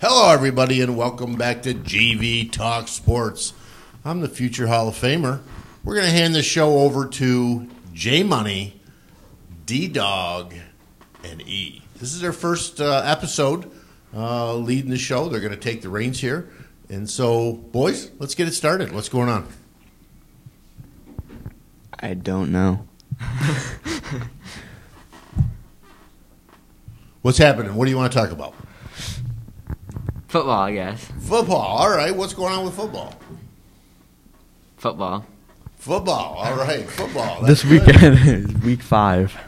Hello, everybody, and welcome back to GV Talk Sports. I'm the future Hall of Famer. We're going to hand the show over to J Money, D Dog, and E. This is their first uh, episode uh, leading the show. They're going to take the reins here. And so, boys, let's get it started. What's going on? I don't know. What's happening? What do you want to talk about? Football, I guess. Football. All right. What's going on with football? Football. Football. All right. Football. this That's good. weekend is week five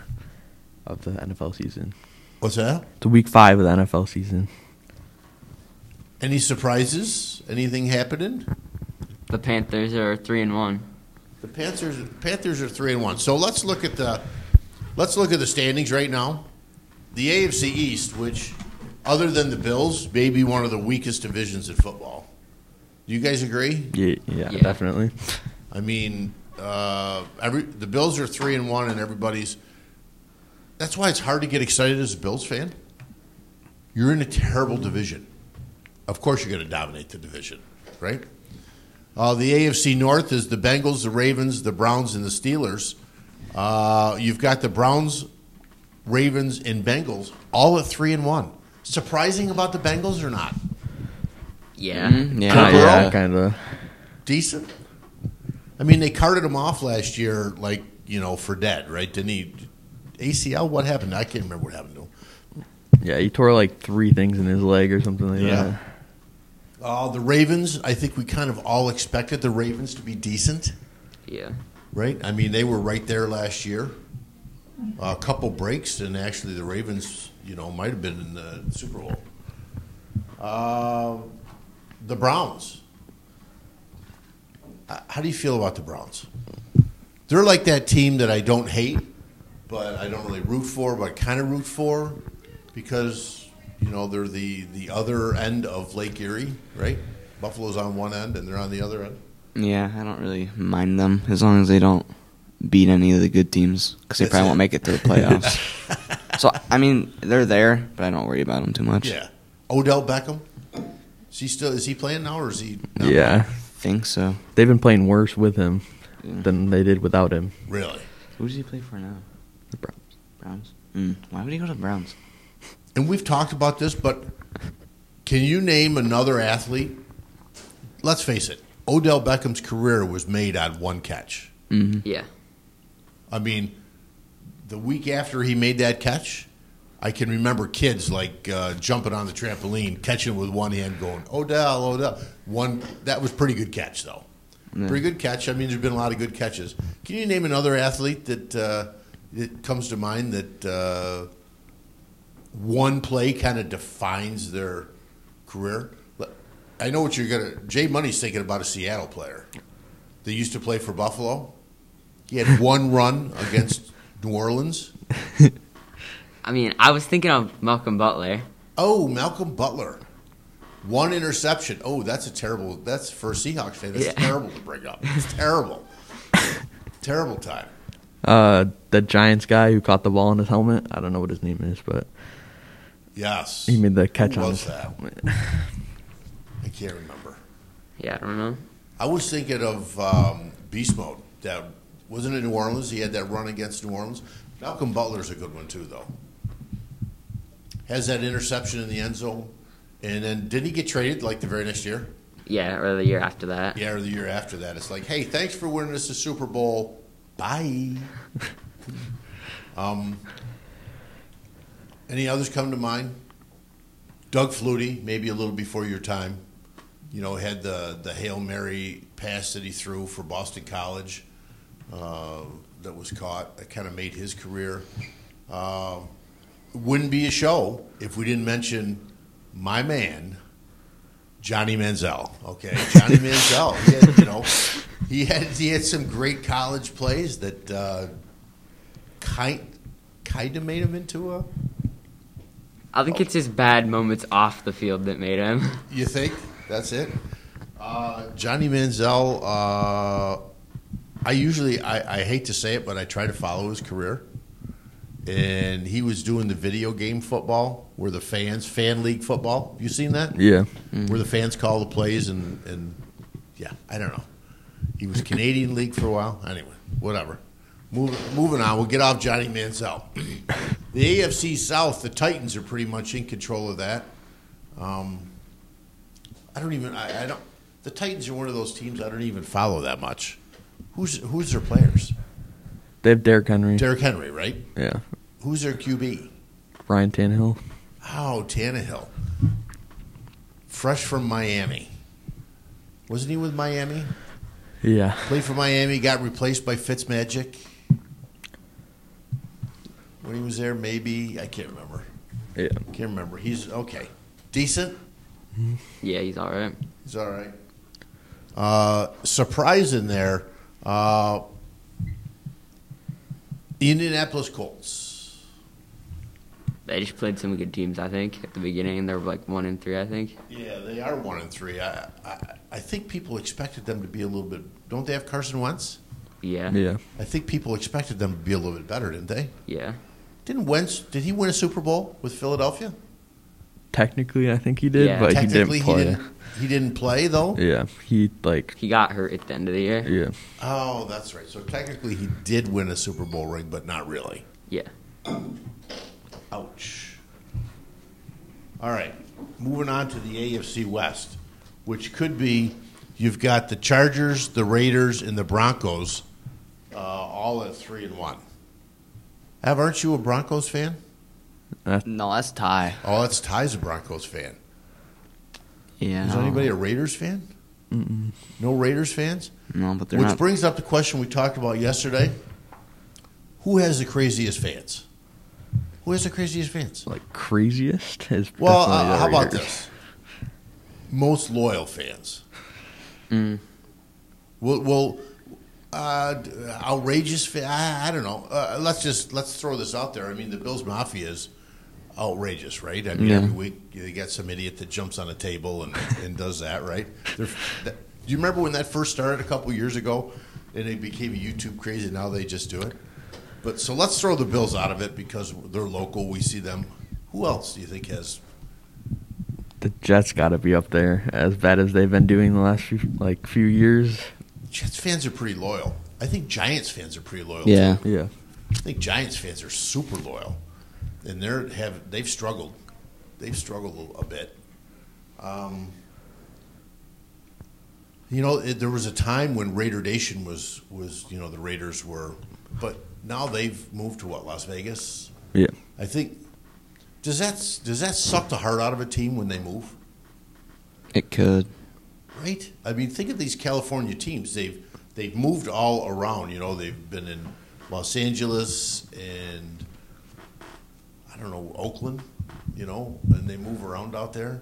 of the NFL season. What's that? It's week five of the NFL season. Any surprises? Anything happening? The Panthers are three and one. The Panthers Panthers are three and one. So let's look at the let's look at the standings right now. The AFC East, which other than the Bills, may be one of the weakest divisions in football. Do you guys agree? Yeah, yeah, Yeah. definitely. I mean, uh, every the Bills are three and one, and everybody's. That's why it's hard to get excited as a Bills fan. You're in a terrible division. Of course, you're going to dominate the division, right? Uh, the AFC North is the Bengals, the Ravens, the Browns, and the Steelers. Uh, you've got the Browns, Ravens, and Bengals all at three and one. Surprising about the Bengals or not? Yeah. Yeah, Cool. yeah, kind of. decent. I mean, they carted him off last year, like you know, for dead, right? Didn't he? ACL? What happened? I can't remember what happened to him. Yeah, he tore like three things in his leg or something like Yeah. that. Uh, the Ravens. I think we kind of all expected the Ravens to be decent, Yeah. right? I mean, they were right there last year. a couple breaks, and actually, the Ravens, you know, might have been in the Super Bowl. Uh, the Browns. Uh, How do you feel about the Browns? They're like that team that I don't hate, but I don't really root for, but I kind of root for because you know they're the the other end of Lake Erie, right? Buffalo's on one end, and they're on the other end. Yeah, I don't really mind them as long as they don't beat any of the good teams because they That's probably it. won't make it to the playoffs. so I mean, they're there, but I don't worry about them too much. Yeah, Odell Beckham. Is he still is he playing now, or is he? Yeah. not think so. They've been playing worse with him than they did without him. Really? Who does he play for now? The Browns. Browns. Mm, why would he go to Browns? and we've talked about this, but can you name another athlete? Let's face it, Odell Beckham's career was made on one catch. hmm Yeah. I mean, the week after he made that catch, I can remember kids like uh, jumping on the trampoline, catching it with one hand, going Odell, Odell. One that was pretty good catch though, Yeah. pretty good catch. I mean, there's been a lot of good catches. Can you name another athlete that uh, that comes to mind that uh, one play kind of defines their career? Let- I know what you're gonna. Jay Money's thinking about a Seattle player. They used to play for Buffalo. He had one run against New Orleans. I mean, I was thinking of Malcolm Butler. Oh, Malcolm Butler. One interception. Oh, that's a terrible. That's for a Seahawks fan. That's Yeah. terrible to bring up. It's terrible. terrible time. Uh, the Giants guy who caught the ball in his helmet. I don't know what his name is, but Yes. he made the catch Who on was his that? helmet. I can't remember. Yeah, I don't know. I was thinking of um, Beast Mode. That wasn't it New Orleans. He had that run against New Orleans. Malcolm Butler's a good one too, though. Has that interception in the end zone, and then did he get traded like the very next year? Yeah, or the year after that. Yeah, or the year after that. It's like, hey, thanks for winning us the Super Bowl. Bye. um, any others come to mind? Doug Flutie, maybe a little before your time. You know, had the the hail mary pass that he threw for Boston College uh, that was caught. That kind of made his career. Um wouldn't be a show if we didn't mention my man. Johnny Manziel. Okay, Johnny Manziel. He had, you know, he had he had some great college plays that uh, kind kind of made him into a. I think it's his bad moments off the field that made him. You think that's it? Uh, Johnny Manziel. Uh, I usually I, I hate to say it, but I try to follow his career, and he was doing the video game football where the fans fan league football. You seen that? Yeah. Where the fans call the plays and and yeah, I don't know. He was Canadian League for a while. Anyway, whatever. Moving, moving on, we'll get off Johnny Mansell. The AFC South, the Titans are pretty much in control of that. Um, I don't even. I, I don't. The Titans are one of those teams I don't even follow that much. Who's who's their players? They have Derrick Henry. Derrick Henry, right? yeah. Who's their QB? Ryan Tannehill. Oh, Tannehill, fresh from Miami. Wasn't he with Miami? Yeah. Played for Miami, got replaced by Fitzmagic when he was there. Maybe I can't remember. Yeah. Can't remember. He's okay, decent. Yeah, he's all right. He's all right. Uh, surprise in there. Uh, Indianapolis Colts. They just played some good teams, I think, at the beginning. and They were like one and three, I think. Yeah, they are one and three. I, I I think people expected them to be a little bit. Don't they have Carson Wentz? Yeah, yeah. Yeah. I think people expected them to be a little bit better, didn't they? Didn't Wentz? Did he win a Super Bowl with Philadelphia? Technically, I think he did, Yeah. but he Technically, didn't he play. didn't. He didn't play though. Yeah. He like. He got hurt at the end of the year. Yeah. Oh, that's right. So technically, he did win a Super Bowl ring, but not really. Yeah. Ouch. All right, moving on to the AFC West, which could be you've got the Chargers, the Raiders, and the Broncos, uh, all at three and one. Ev, aren't you a Broncos fan? No, that's Ty. Oh, that's Ty's a Broncos fan. Yeah. Is no. anybody a Raiders fan? No Raiders fans. No, but they're Which not. brings up the question we talked about yesterday: Who has the craziest fans? Who has the craziest fans? Like craziest is. Well, definitely uh, the how about Raiders. this? Most loyal fans. Well, well, uh, d- outrageous. Fa- I, I don't know. Uh, let's just let's throw this out there. I mean, the Bills Mafia is outrageous, right? I mean, Yeah. every week they got some idiot that jumps on a table and, and does that, right? They're, that, do you remember when that first started a couple years ago, and it became YouTube crazy? Now they just do it. But so let's throw the Bills out of it because they're local. We see them. Who else do you think has The Jets got to be up there as bad as they've been doing the last few like few years. Jets fans are pretty loyal. I think Giants fans are pretty loyal. Yeah. too. Yeah. I think Giants fans are super loyal, and they're have they've struggled. They've struggled a bit. Um, you know, it, there was a time when Raider Nation was was you know the Raiders were, but now they've moved to what Las Vegas. Yeah. I think does that does that suck the heart out of a team when they move? It could. Right. I mean, think of these California teams. They've they've moved all around. You know, they've been in Los Angeles and I don't know Oakland. You know, and they move around out there.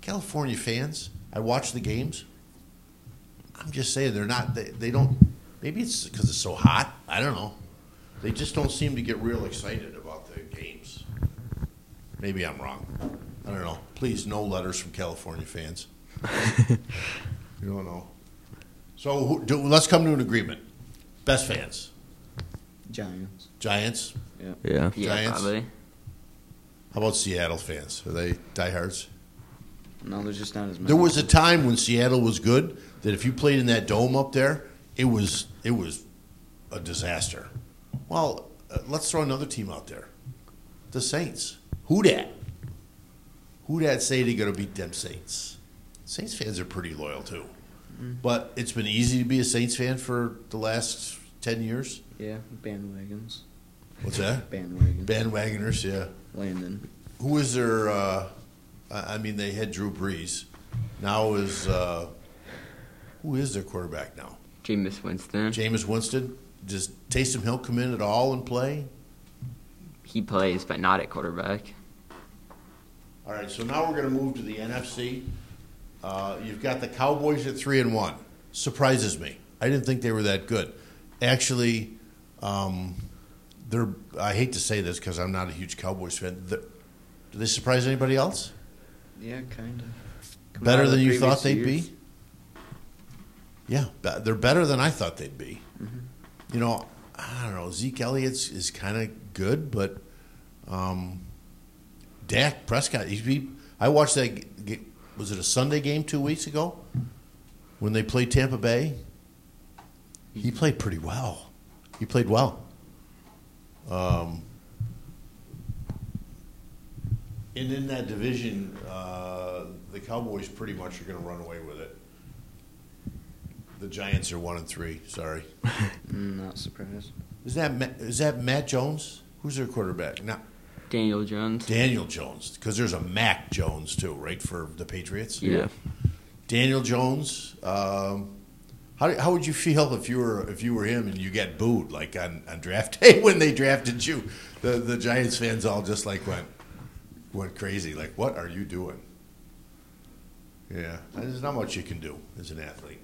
California fans, I watch the games. I'm just saying they're not. They, they don't. Maybe it's because it's so hot. I don't know. They just don't seem to get real excited about the games. Maybe I'm wrong. I don't know. Please, no letters from California fans. you don't know. So who, do, let's come to an agreement. Best fans, Giants. Giants. Yeah. Yeah, Giants? probably. How about Seattle fans? Are they diehards? No, there's just not as many. There was a time when Seattle was good. That if you played in that dome up there, it was it was a disaster. Well, uh, let's throw another team out there. The Saints. Who dat? Who dat say they gonna beat them Saints? Saints fans are pretty loyal too. But it's been easy to be a Saints fan for the last ten years. Yeah, bandwagons. What's that? Bandwagon. Bandwagoners, yeah. Landon. Who was their? Uh, I I mean, they had Drew Brees. Now is uh, who is their quarterback now? Jameis Winston. Jameis Winston. Does Taysom Hill come in at all and play? he plays, but not at quarterback. All right. So now we're going to move to the NFC. Uh, you've got the Cowboys at three and one. Surprises me. I didn't think they were that good. Actually, um, they're. I hate to say this because I'm not a huge Cowboys fan. The, do they surprise anybody else? Yeah, kind of. better than you thought they'd be. Yeah, be- they're better than I thought they'd be. You know, I don't know. Zeke Elliott's is kind of good, but um, Dak Prescott. He, he, I watched that. g- g was it a Sunday game two weeks ago when they played Tampa Bay? He played pretty well. He played well. Um, and in that division, uh, the Cowboys pretty much are going to run away with it. The Giants are one and three. Sorry. I'm not surprised. Is that Ma- is that Matt Jones? Who's their quarterback? Not Daniel Jones. Daniel Jones, because there's a Mac Jones too, right? For the Patriots, Yeah. Daniel Jones. Um, how, how would you feel if you were if you were him and you got booed like on, on draft day when they drafted you? The the Giants fans all just like went went crazy. Like, what are you doing? Yeah, there's not much you can do as an athlete.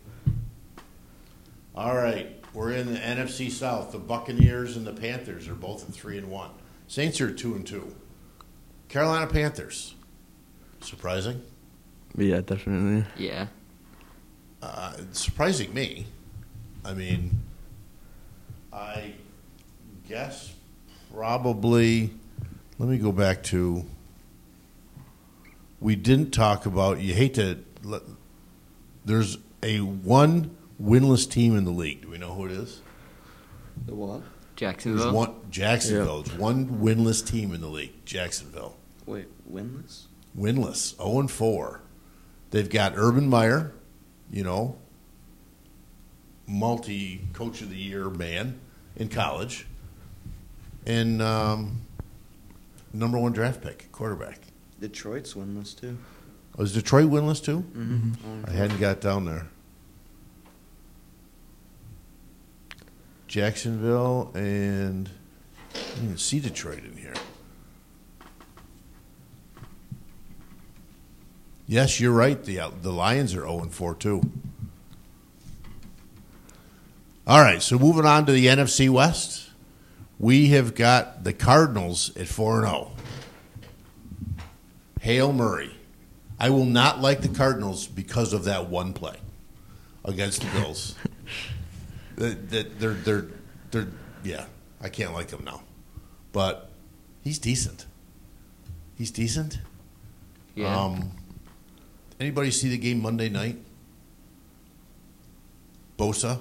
All right, we're in the NFC South. The Buccaneers and the Panthers are both at three and one. Saints are two and two. Carolina Panthers. Surprising. Yeah, definitely. Yeah. Uh, it's surprising me. I mean, I guess probably. Let me go back to. We didn't talk about. You hate to. Let, there's a one winless team in the league. Do we know who it is? The what? There's Jacksonville. one Jacksonville. There's one winless team in the league. Jacksonville. Wait, winless? winless, 0 and 4. They've got Urban Meyer, you know, multi coach of the year man in college, and um, number one draft pick, quarterback. Detroit's winless too. Oh, is Detroit winless too? Mm-hmm. I hadn't got down there. Jacksonville and I didn't even see Detroit in here. Yes, you're right. The uh, the Lions are 0 and 4 too. All right, so moving on to the NFC West, we have got the Cardinals at 4 and 0. Hale Murray. I will not like the Cardinals because of that one play against the Bills. that, that they're they're they're yeah. I can't like him now, but he's decent. He's decent. Yeah. Um, anybody see the game Monday night? Bosa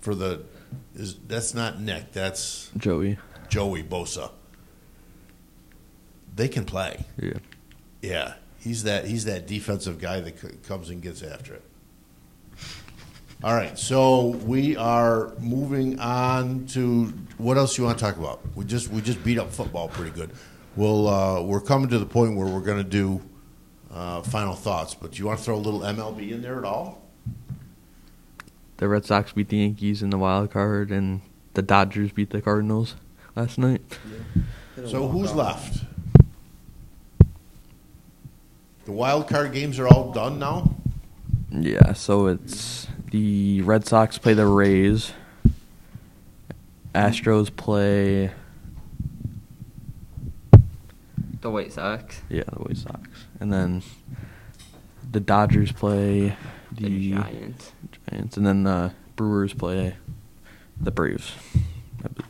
for the is that's not Nick. That's Joey. Joey Bosa. They can play. Yeah. Yeah, he's that he's that defensive guy that c- comes and gets after it. All right, so we are moving on to what else you want to talk about? We just we just beat up football pretty good. We'll uh, we're coming to the point where we're going to do uh, final thoughts. But do you want to throw a little MLB in there at all? The Red Sox beat the Yankees in the wild card, and the Dodgers beat the Cardinals last night. So who's left? The wild card games are all done now. Yeah, so it's the Red Sox play the Rays. Astros play the White Sox. yeah, the White Sox. And then the Dodgers play The, the Giants. Giants and then the Brewers play the Braves. I believe.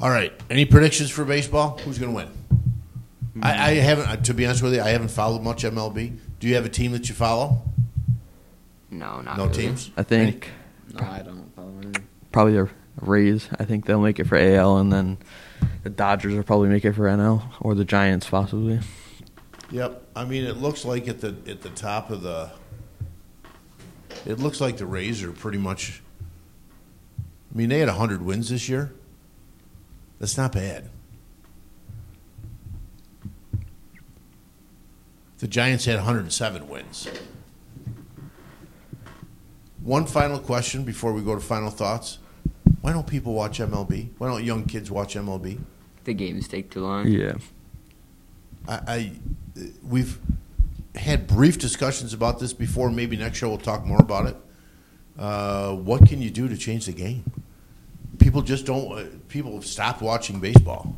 All right. Any predictions for baseball? Who's going to win? I, I haven't. uh, To be honest with you, I haven't followed much MLB. Do you have a team that you follow? No, not No really. teams. I think No, I don't follow anything. probably the Rays. I think they'll make it for AL and then the Dodgers will probably make it for NL or the Giants possibly. Yep. I mean, it looks like at the at the top of the. It looks like the Rays are pretty much. I mean, they had hundred wins this year. That's not bad. The Giants had 107 wins. One final question before we go to final thoughts. Why don't people watch MLB? Why don't young kids watch MLB? The games take too long. Yeah. I, I we've had brief discussions about this before. Maybe next show we'll talk more about it. Uh, what can you do to change the game? People just don't. Uh, people have stopped watching baseball.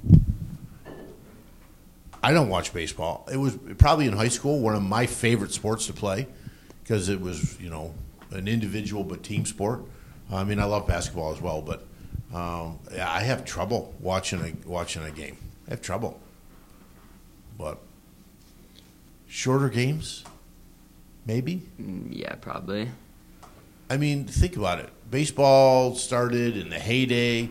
I don't watch baseball. It was probably in high school one of my favorite sports to play because it was you know an individual but team sport. I mean, I love basketball as well, but um, yeah, I have trouble watching a watching a game. I have trouble, but shorter games, maybe. Mm, Yeah, probably. I mean, think about it. Baseball started in the heyday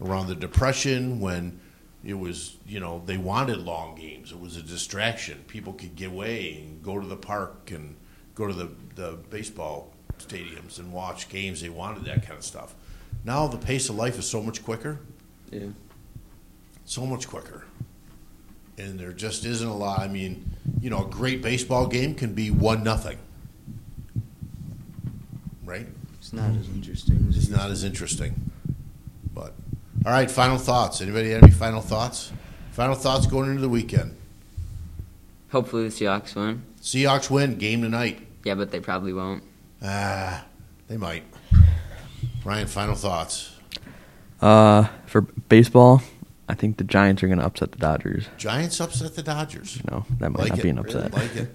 around the Depression when it was, you know, they wanted long games. It was a distraction. People could get away and go to the park and go to the, the baseball stadiums and watch games. They wanted that kind of stuff. Now the pace of life is so much quicker, Yeah. so much quicker. And there just isn't a lot. I mean, you know, a great baseball game can be one nothing, right? It's not as interesting. It's not as interesting. But all right, final thoughts. Anybody have any final thoughts? Final thoughts going into the weekend. Hopefully the Seahawks win. Seahawks win game tonight. Yeah, but they probably won't. Ah, they might. Ryan, final thoughts. Uh, for baseball, I think the Giants are going to upset the Dodgers. Giants upset the Dodgers. No, that might Like not it. be an upset. Like it.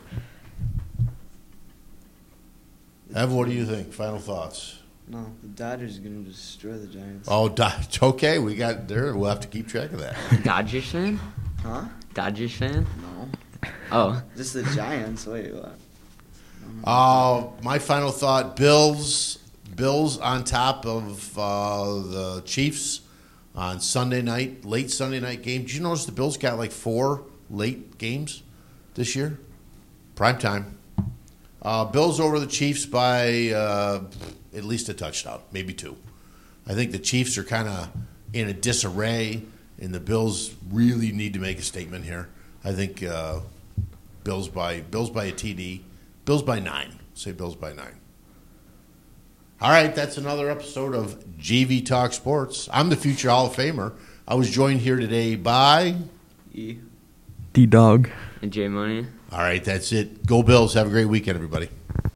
Ev, what do you think? Final thoughts. No, the Dodgers are going to destroy the Giants. Oh, Dodge. Okay, we got there. We'll have to keep track of that. Dodgers fan? Huh? Dodgers fan? No. Oh, Just the Giants. Wait, what? Uh, my final thought: Bills, Bills on top of uh, the Chiefs on Sunday night, late Sunday night game. Did you notice the Bills got like four late games this year? Prime time. Uh, Bills over the Chiefs by uh, at least a touchdown, maybe two. I think the Chiefs are kind of in a disarray, and the Bills really need to make a statement here. I think uh, Bills by Bills by a TD, Bills by nine. Say Bills by nine. All right, that's another episode of GV Talk Sports. I'm the future Hall of Famer. I was joined here today by. E. D Dog. and J Money. All right, that's it. Go Bills. Have a great weekend, everybody.